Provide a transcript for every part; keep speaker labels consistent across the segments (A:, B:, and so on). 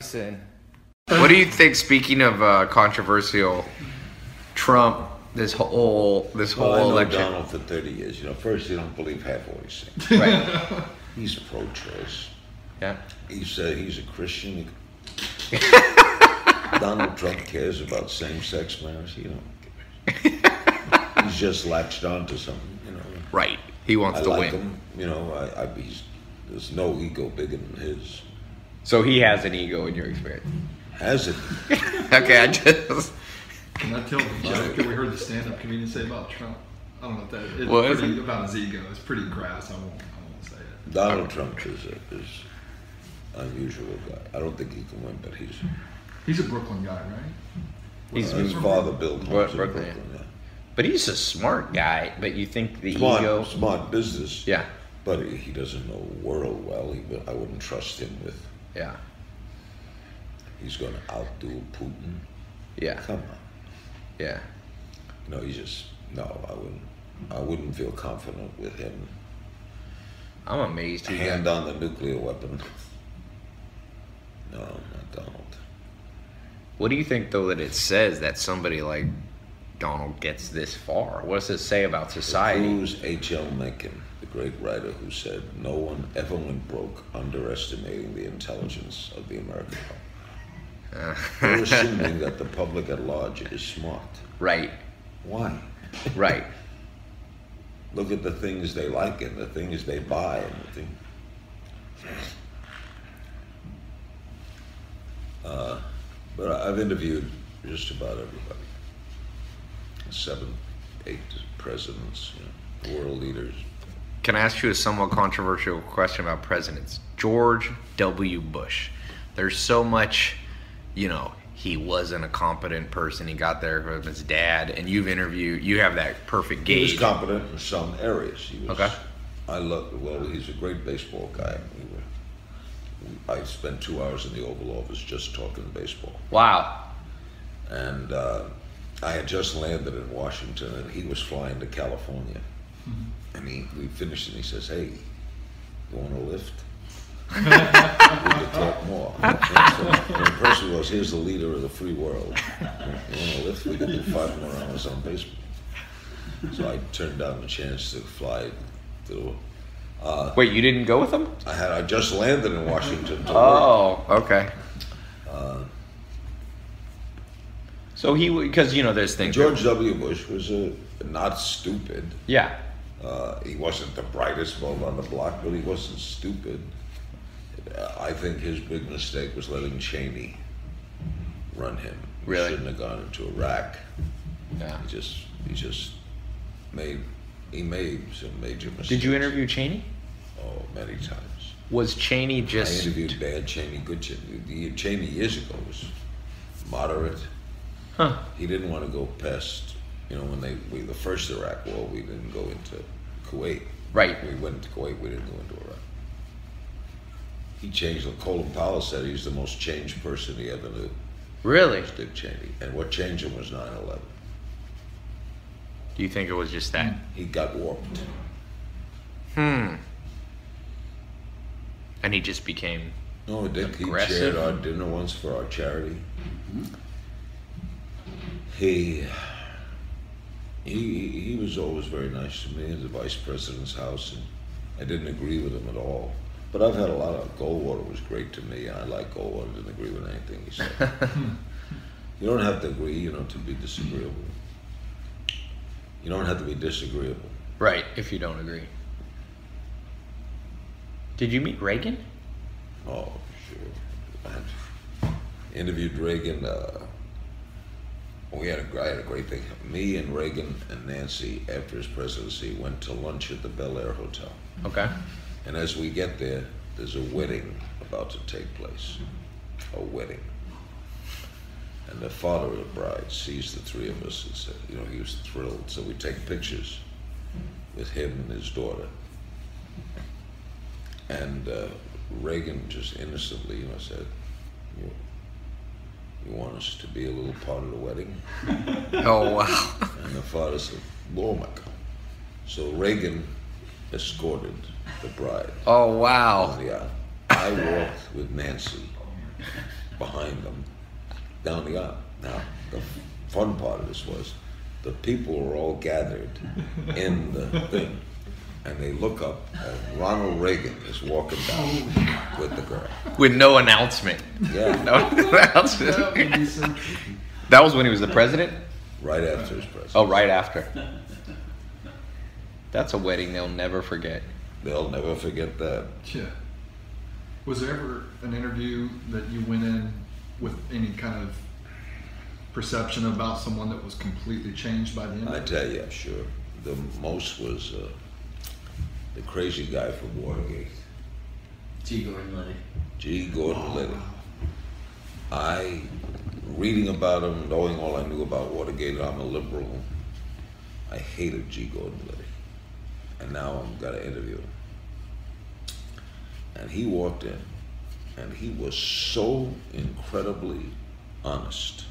A: sin.
B: What do you think? Speaking of uh, controversial, Trump. This whole this whole
C: Well, I know
B: election.
C: Donald for 30 years. You know, first, he don't believe half of what he's saying.
B: Right.
C: He's pro-choice.
B: Yeah.
C: He's a, he's a Christian. Donald Trump cares about same-sex marriage. He don't. care. he's just latched onto something. You know,
B: Right. He wants
C: I
B: to
C: like
B: win.
C: him. You know, I, I he's, there's no ego bigger than his.
B: So he has an ego in your experience.
C: Has it?
B: Okay, I just
D: And that tells the joke that we heard the stand-up comedian say about Trump. I don't know if that. It's
B: What is
D: pretty
B: it?
D: about his ego. It's pretty crass. I won't. I won't say it.
C: Donald Trump is a, is unusual guy. I don't think he can win, but he's
D: He's a Brooklyn guy, right?
B: he's
C: uh, his father Bill comes
B: Bro-
C: in
B: Brooklyn,
C: Brooklyn.
B: yeah.
C: yeah.
B: but he's a smart guy, but you think the
C: smart,
B: ego
C: smart business.
B: Yeah.
C: But he he doesn't know the world well. He, wou- I wouldn't trust him with.
B: Yeah.
C: He's going to outdo Putin.
B: Yeah.
C: Come on.
B: Yeah.
C: No, he just no. I wouldn't. I wouldn't feel confident with him.
B: I'm amazed he
C: Hand
B: got,
C: on the nuclear weapon. No, not Donald.
B: What do you think though that it says that somebody like Donald gets this far? What does it say about society?
C: Who's H.L. Mencken, the great writer who said, No one ever went broke underestimating the intelligence of the American public. We're assuming that the public at large is smart.
B: Right.
C: Why?
B: Right.
C: Look at the things they like and the things they buy and the thing. Uh, but I- I've interviewed just about everybody. Seven, eight presidents, you know, world leaders.
B: Can I ask you a somewhat controversial question about presidents? George W. Bush. There's so much, you know, he wasn't a competent person. He got there from his dad, and you've interviewed. You have that perfect
C: He was
B: gauge.
C: competent in some areas. He was,
B: Okay.
C: I love. Well, he's a great baseball guy. We were. we- I spent two hours in the Oval Office just talking baseball,
B: wow.
C: and uh, I had just landed in Washington, and he was flying to California, and he we finished, and he says, "Hey, you want to lift?" we could talk more. So the impression was, here's the leader of the free world. You want to lift? We could do five more hours on baseball. So I turned down the chance to fly to.
B: Wait, you didn't go with him?
C: I had I just landed in Washington. To work.
B: Oh, okay.
C: uh,
B: so he, because you know, there's things.
C: George W. Bush was a not stupid.
B: Yeah.
C: Uh, he wasn't the brightest bulb on the block, but he wasn't stupid. Uh, I think his big mistake was letting Cheney run him. He
B: Really?
C: shouldn't have gone into Iraq.
B: Yeah.
C: He just he just made he made some major mistakes.
B: Did you interview Cheney?
C: Oh, many times.
B: Was Cheney
C: I
B: just?
C: interviewed bad Cheney, good Cheney. The Cheney years ago was moderate.
B: Huh.
C: He didn't want to go past, you know, when they we the first Iraq war, we didn't go into Kuwait.
B: Right.
C: We went to Kuwait, we didn't go into Iraq. He changed. Colin Powell said he's the most changed person he ever knew.
B: Really?
C: was Dick Cheney, and what changed him was 9/11.
B: Do you think it was just that?
C: He got warped.
B: And he just became.
C: No, Dick, he
B: Aggressive?
C: chaired our dinner once for our charity. He, he he was always very nice to me in the vice president's house, and I didn't agree with him at all. But I've had a lot of Goldwater was great to me. I like Goldwater. Didn't agree with anything he said. you don't have to agree, you know, to be disagreeable. You don't have to be disagreeable.
B: Right. If you don't agree. Did you meet Reagan?
C: Oh, sure. I interviewed Reagan. Uh, we had a, gr- I had a great thing. Me and Reagan and Nancy, after his presidency, went to lunch at the Bel Air Hotel.
B: Okay.
C: And as we get there, there's a wedding about to take place. A wedding. And the father of the bride sees the three of us and said, you know, he was thrilled. So we take pictures with him and his daughter. And uh, Reagan just innocently, you know, said, you, you want us to be a little part of the wedding?
B: Oh wow.
C: And the father said, oh my God. So Reagan escorted the bride
B: Oh wow.
C: yeah, I walked with Nancy behind them down the aisle. Now, the fun part of this was the people were all gathered in the thing, and they look up, and Ronald Reagan is walking down with the girl.
B: with no announcement.
C: Yeah,
B: No announcement.
D: That would be so true.
B: That was when he was the president.
C: right after his president.
B: Oh, right after. That's a wedding they'll never forget.
C: They'll never forget that.
D: Yeah. Was there ever an interview that you went in with any kind of perception about someone that was completely changed by the
C: I
D: interview?
C: tell you, I'm sure. The most was uh, the crazy guy from Watergate,
A: G. Gordon Liddy.
C: G. Gordon Liddy. I, reading about him, knowing all I knew about Watergate, I'm a liberal. I hated G. Gordon Liddy. And now I'm going to interview him. And he walked in, and he was so incredibly honest,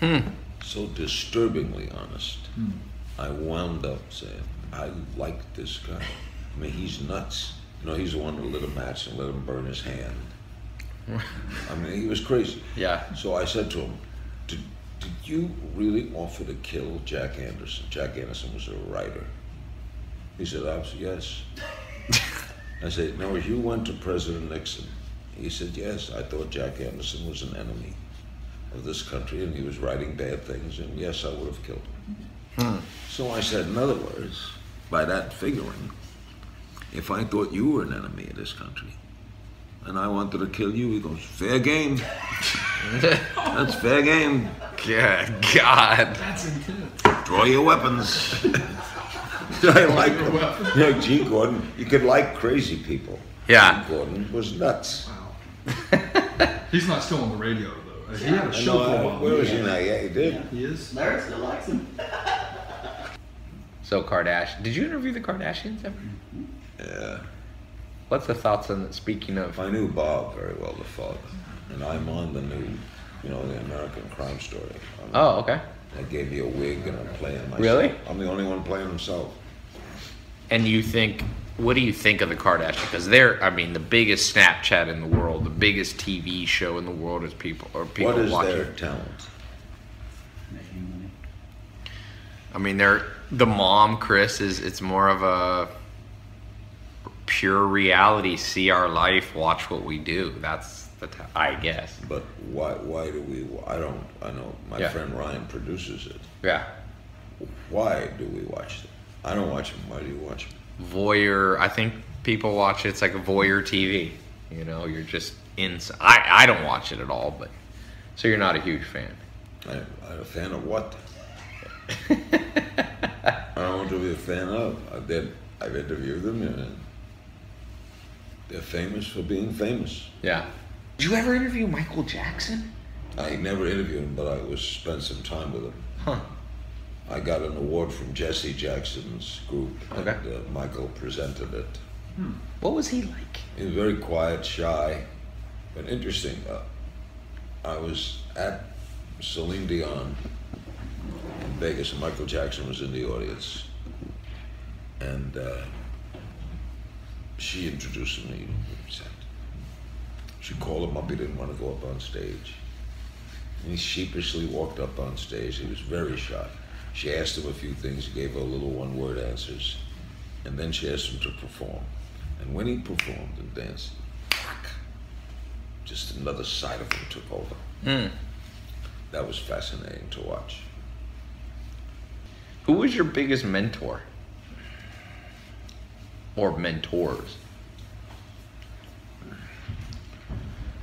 C: so disturbingly honest. I wound up saying, I like this guy. I mean, he's nuts. You know, he's the one that lit a match and let him burn his hand. I mean, he was crazy.
B: Yeah.
C: So I said to him, did, did you really offer to kill Jack Anderson? Jack Anderson was a writer. He said, Abs- yes. I said, no, you went to President Nixon. He said, yes, I thought Jack Anderson was an enemy of this country and he was writing bad things, and yes, I would have killed him. So I said, in other words, by that figuring, if I thought you were an enemy of this country and I wanted to kill you, he goes, fair game. That's fair game.
B: Yeah, God.
D: That's intense.
C: Draw your weapons. I like them. You know, G. Gordon, you could like crazy people.
B: Yeah.
C: G. Gordon was nuts.
D: Wow. He's not still on the radio though. He had a
C: I
D: show
C: know,
D: for
C: uh,
D: a while.
C: where is he now? Yeah, he did.
D: He is.
A: Larry still likes him.
B: So Kardashian, did you interview the Kardashians ever?
C: Yeah.
B: What's the thoughts on speaking of?
C: I knew Bob very well, the father, and I'm on the new, you know, the American Crime Story. I'm-
B: Oh, okay.
C: They gave me a wig and I'm playing myself.
B: Really?
C: I'm the only one playing himself.
B: And you think, what do you think of the Kardashians? Because they're, I mean, the biggest Snapchat in the world, the biggest TV show in the world is people or people
C: what is
B: watching.
C: their talent?
A: Making money.
B: I mean, they're the mom, Chris, is it's more of a pure reality. See our life, watch what we do. That's the t- I guess.
C: But why? Why do we? I don't. I know my
B: Yeah.
C: friend Ryan produces it.
B: Yeah.
C: Why do we watch them? I don't watch them. Why do you watch them?
B: voyeur. I think people watch it. It's like a voyeur TV. You know, you're just in. I I don't watch it at all, but so you're not a huge fan.
C: I, I'm a fan of what? I don't want to be a fan of. I did. I've interviewed them, and they're famous for being famous.
B: Yeah. Did you ever interview Michael Jackson?
C: I never interviewed him, but I was spent some time with him.
B: Huh.
C: I got an award from Jesse Jackson's group,
B: Okay.
C: and uh, Michael presented it.
B: What was he like?
C: He was very quiet, shy, but interesting. Uh, I was at Celine Dion in Vegas, and Michael Jackson was in the audience, and uh, she introduced me. said- She called him up. He didn't want to go up on stage, and he sheepishly walked up on stage. He was very shy. She asked him a few things. He gave her little one-word answers and then she asked him to perform. And when he performed and danced, fuck, just another side of him took over. That was fascinating to watch.
B: Who was your biggest mentor? Or mentors?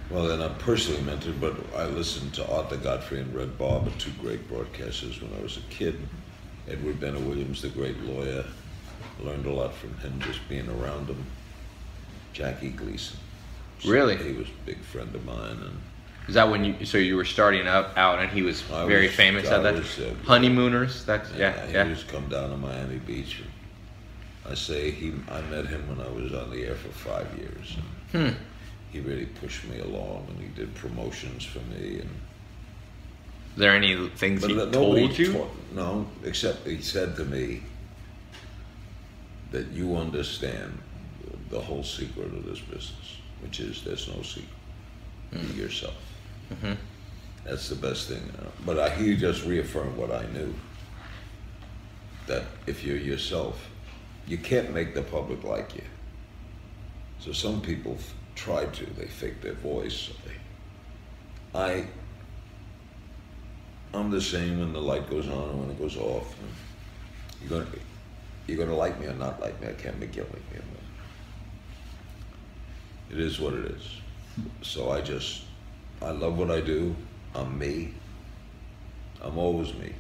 C: Well, then I'm personally mentored, but I listened to Arthur Godfrey and Red Barber, two great broadcasters when I was a kid. Edward Benner Williams, the great lawyer, learned a lot from him just being around him. Jackie Gleason.
B: Really?
C: He was a big friend of mine, and
B: Is that when you? So you were starting up out, and he was
C: I
B: very
C: was-
B: famous
C: I
B: at that.
C: was, uh,
B: Honeymooners. That's yeah,
C: Yeah, Uh, he
B: yeah.
C: used to come down to Miami Beach. And I say he, I met him when I was on the air for five years. and He really pushed me along, and he did promotions for me. And
B: Is there any things he
C: that nobody
B: told you?
C: taught- no, except he said to me that you understand
B: Hmm.
C: the whole secret of this business, which is there's no secret. Be yourself.
B: Mhm.
C: That's the best thing. you know. But I, he just reaffirmed what I knew that if you're yourself, you can't make the public like you. So some people f- try to, they fake their voice. I, I'm the same when the light goes on and when it goes off. And you're gonna, you're gonna like me or not like me. I can't make you like me. or not. It is what it is. So I just, I love what I do. I'm me. I'm always me.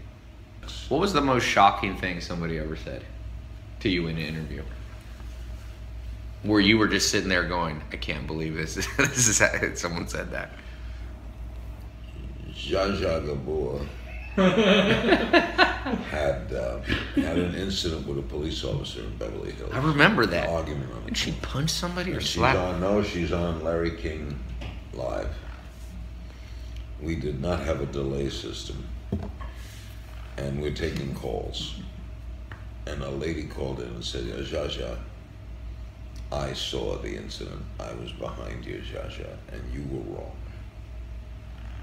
B: What was the most shocking thing somebody ever said to you in an interview? Where you were just sitting there going, I can't believe this. this is how someone said that.
C: Zsa Zsa Gabor had uh, had an incident with a police officer in Beverly Hills.
B: I remember
C: An
B: that.
C: argument on
B: Did
C: it.
B: she punch somebody or
C: And she's
B: slap?
C: on. No, she's on Larry King live. We did not have a delay system, and we're taking calls. And a lady called in and said, "Zsa Zsa, I saw the incident. I was behind you, Zsa Zsa, and you were wrong.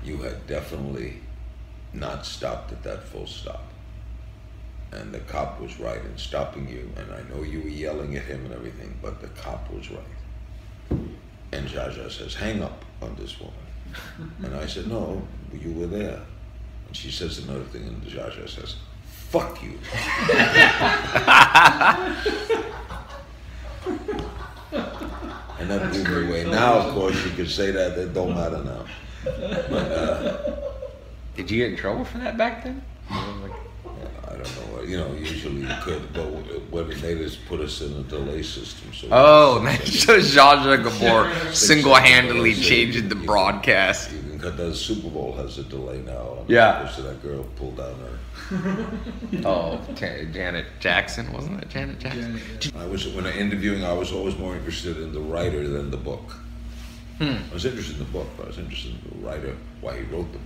C: You had definitely not stopped at that full stop." and the cop was right in stopping you. And I know you were yelling at him and everything, but the cop was right. And Zsa Zsa says, hang up on this woman. and I said, no, you were there. And she says another thing, and Zsa Zsa says, fuck you. and that blew me away. Now, of course, you could say that. It don't matter now.
B: Did you get in trouble for that back then?
C: I don't know. You know, usually you could, but what did they just put us in a delay system? So
B: Oh, man. So Zsa Zsa Gabor
D: Six
B: single handedly
C: seconds.
B: changed the broadcast.
C: You can cut that Super Bowl has a delay now. And
B: Yeah.
C: So that girl pulled down her.
B: Oh, Ja- Janet Jackson. Wasn't it Janet Jackson?
D: Janet, yeah.
C: I was when I interviewing, I was always more interested in the writer than the book.
B: Hmm.
C: I was interested in the book, but I was interested in the writer, why he wrote them.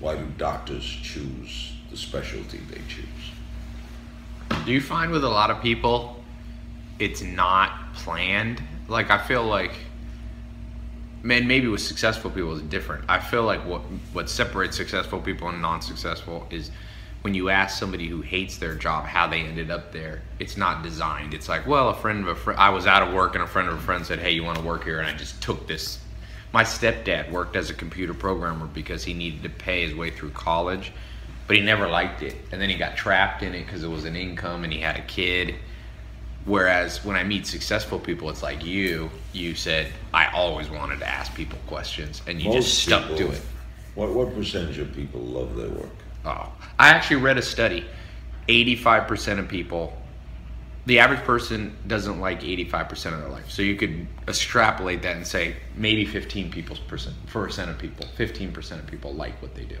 C: Why do doctors choose the specialty they choose?
B: Do you find with a lot of people, it's not planned? Like I feel like, man, maybe with successful people it's different. I feel like what what separates successful people and non-successful is when you ask somebody who hates their job how they ended up there. It's not designed. It's like, well, a friend of a friend. I was out of work and a friend of a friend said, hey, you want to work here? And I just took this my stepdad worked as a computer programmer because he needed to pay his way through college, but he never liked it. And then he got trapped in it because it was an income and he had a kid. Whereas when I meet successful people, it's like you, you said, I always wanted to ask people questions and you just stuck
C: people-
B: to it.
C: What what percentage of people love their work?
B: Oh, I actually read a study. 85% of people, the average person doesn't like 85% of their life. So you could extrapolate that and say maybe 15 people's percent, percent of people, 15% of people like what they do.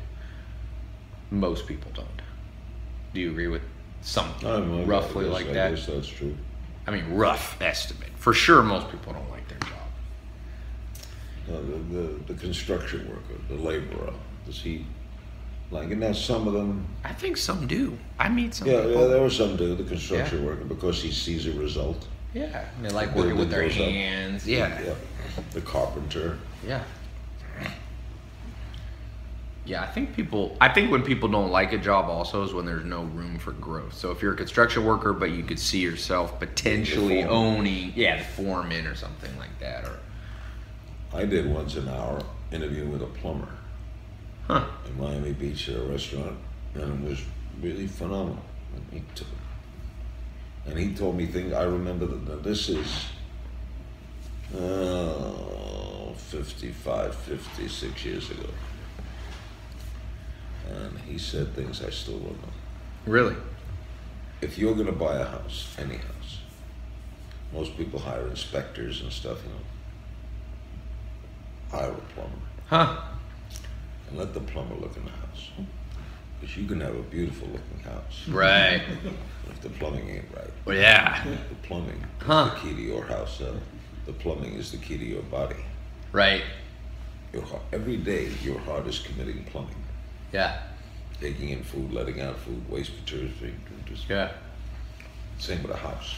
B: Most people don't. Do you agree with something
C: I don't know, I
B: roughly
C: guess-
B: like
C: I
B: that?
C: guess that's true.
B: I mean, rough estimate. For sure, most people don't like their job.
C: No, the, the, the construction worker, the laborer, does he like? And that's some of them.
B: I think some do. I meet some
C: Yeah, yeah
B: people.
C: there were some do the construction worker because he sees a result.
B: yeah, and they like
C: Building
B: working with their
C: goes up.
B: hands. Yeah.
C: The carpenter.
B: Yeah. Yeah, I think people. I think when people don't like a job, also is when there's no room for growth. So if you're a construction worker, but you could see yourself potentially
C: The foreman.
B: owning, yeah, the foreman or something like that, or
C: I did once an hour interview with a plumber
B: huh?
C: in Miami Beach at a restaurant, and it was really phenomenal. And he, took, and he told me things I remember that now this is uh, 55, 56 years ago. And he said things I still remember.
B: Really?
C: If you're going to buy a house, any house, most people hire inspectors and stuff, you know. Hire a plumber
B: Huh?
C: and let the plumber look in the house. Because you can have a beautiful looking house.
B: Right.
C: but If the plumbing ain't right,
B: Well, yeah.
C: the plumbing is
B: Huh.
C: the key to your house. Uh, the plumbing is the key to your body.
B: Right.
C: Your heart, every day, your heart is committing plumbing,
B: Yeah.
C: taking in food, letting out food, waste materials being produced.
B: Yeah.
C: Same with a house.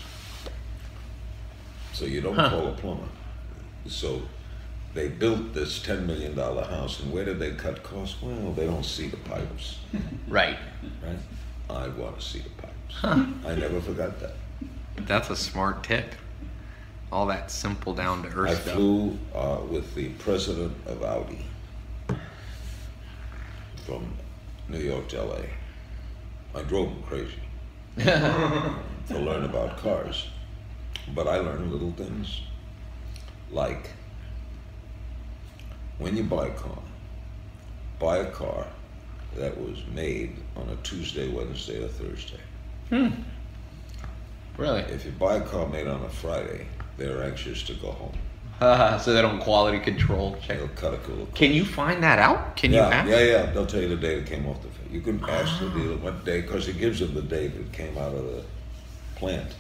C: So you don't
B: Huh.
C: call a plumber. So They built this ten million dollar house, and where did they cut costs? Well, they don't see the pipes,
B: Right.
C: right? I want to see the pipes. I never forgot that.
B: That's a smart tip. All that simple down to
C: I
B: earth stuff.
C: flew uh, with the president of Audi from New York to LA. I drove him crazy to learn about cars, but I learned little things like when you buy a car, buy a car that was made on a Tuesday, Wednesday, or Thursday.
B: Really?
C: If you buy a car made on a Friday, they're anxious to go home.
B: so they don't quality control check.
C: They'll cut a cool
B: Can you find that out? Can you
C: Yeah,
B: ask?
C: yeah, yeah. They'll tell you the day it came off the. fa- You can ask the dealer
B: Ah.
C: what day, because it gives them the day that it came out of the plant.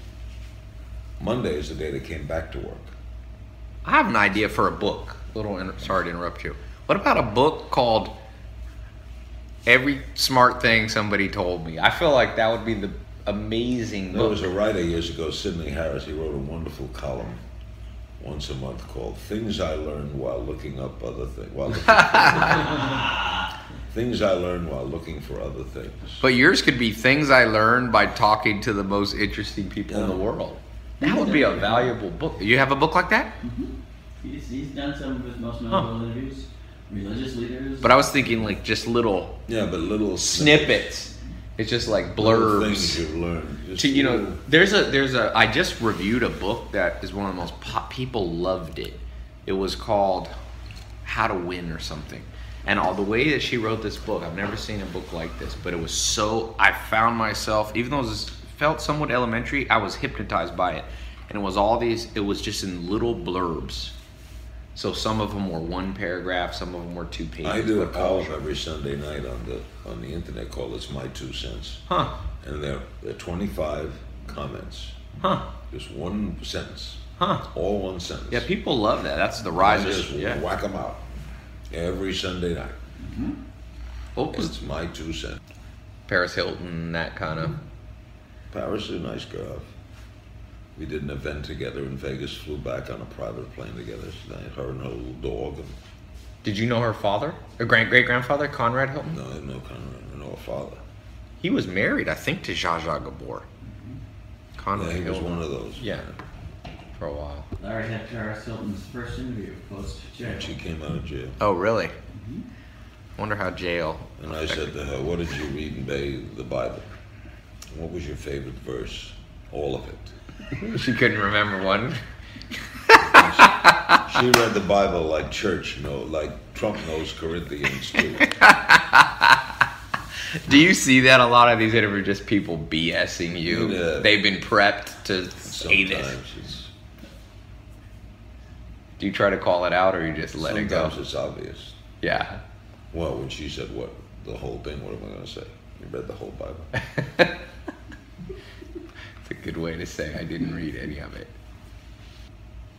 C: Monday is the day they came back to work.
B: I have an idea for a book. Little inter- sorry to interrupt you. What about a book called Every Smart Thing Somebody Told Me? I feel like that would be the amazing
C: There was
B: book.
C: a writer years ago, Sidney Harris. He wrote a wonderful column once a month called "Things I Learned While Looking Up Other Things." While looking for Other Things. things I learned while looking for other things.
B: But yours could be things I learned by talking to the most interesting people in the
C: Yeah.
B: world. That would be a valuable book. You have a book like that?
A: He's, he's done some with most notable interviews, religious leaders.
B: But I was thinking like just little
C: Yeah, but little
B: snippets. It's just like
C: little things
B: blurbs.
C: you've learned. Just
B: To you
C: little-
B: know, there's a there's a I just reviewed a book that is one of the most pop, people loved it. It was called How to Win or something. And all the way that she wrote this book, I've never seen a book like this, but it was so I found myself even though it was, felt somewhat elementary, I was hypnotized by it. And it was all these it was just in little blurbs. So some of them were one paragraph, some of them were two pages.
C: I do a
B: but all-
C: column every Sunday night on the on the internet called "It's My Two Cents,"
B: Huh.
C: and there there are 25 comments,
B: Huh.
C: just one sentence,
B: Huh.
C: all one sentence.
B: Yeah, people love that. That's the
C: I
B: rise.
C: just
B: Of, yeah.
C: whack them out every Sunday night.
B: What was
C: It's my two cents.
B: Paris Hilton? That kind of.
C: Paris is a nice girl. We did an event together in Vegas. Flew back on a private plane together. Her and her little dog. And,
B: Did you know her father? Her grand great grandfather, Conrad Hilton.
C: no, no, Conrad, no, her father.
B: He was married, I think, to Zsa Zsa Gabor. Conrad
C: Yeah, he was
B: Hilton.
C: one of those.
B: Yeah. For a while.
A: Larry had Paris Hilton's first interview post jail.
C: She came out of jail.
B: Oh, really? Wonder how jail.
C: And I said to her, What did you read in Bay, the Bible? What was your favorite verse? All of it.
B: she couldn't remember one.
C: She read the Bible like church, no, like Trump knows Corinthians too.
B: Do you see that a lot of these interviews? Just people BSing you.
C: Yeah.
B: They've been prepped to say this.
C: Sometimes it's,
B: Do you try to call it out, or you just let it go?
C: sometimes it's obvious.
B: Yeah.
C: Well, when she said what the whole thing, what am I going to say? You read the whole Bible.
B: It's a good way to say I didn't read any of it.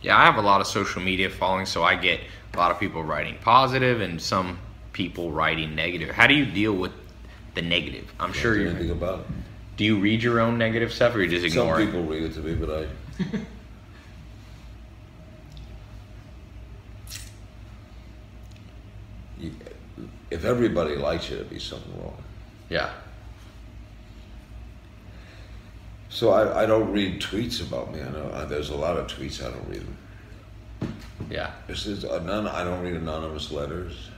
B: Yeah, I have a lot of social media following, so I get a lot of people writing positive and some people writing negative. How do you deal with the negative? I'm sure
C: Don't do
B: you
C: anything about
B: do. You read your own negative stuff, or you just
C: it. Some
B: ignore it?
C: people read it to me, but I. You- If everybody likes you, there'd be something wrong.
B: Yeah,
C: So I, I don't read tweets about me. I know uh there's a lot of tweets I don't read them.
B: yeah.
C: This is uh, none. I don't read anonymous letters.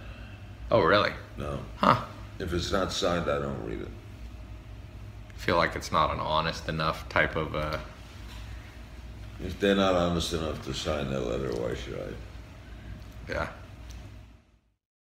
B: Oh, really?
C: No.
B: Huh?
C: If it's not signed, I don't read it.
B: Feel like it's not an honest enough type of. Uh,
C: If they're not honest enough to sign that letter, why should I?
B: yeah.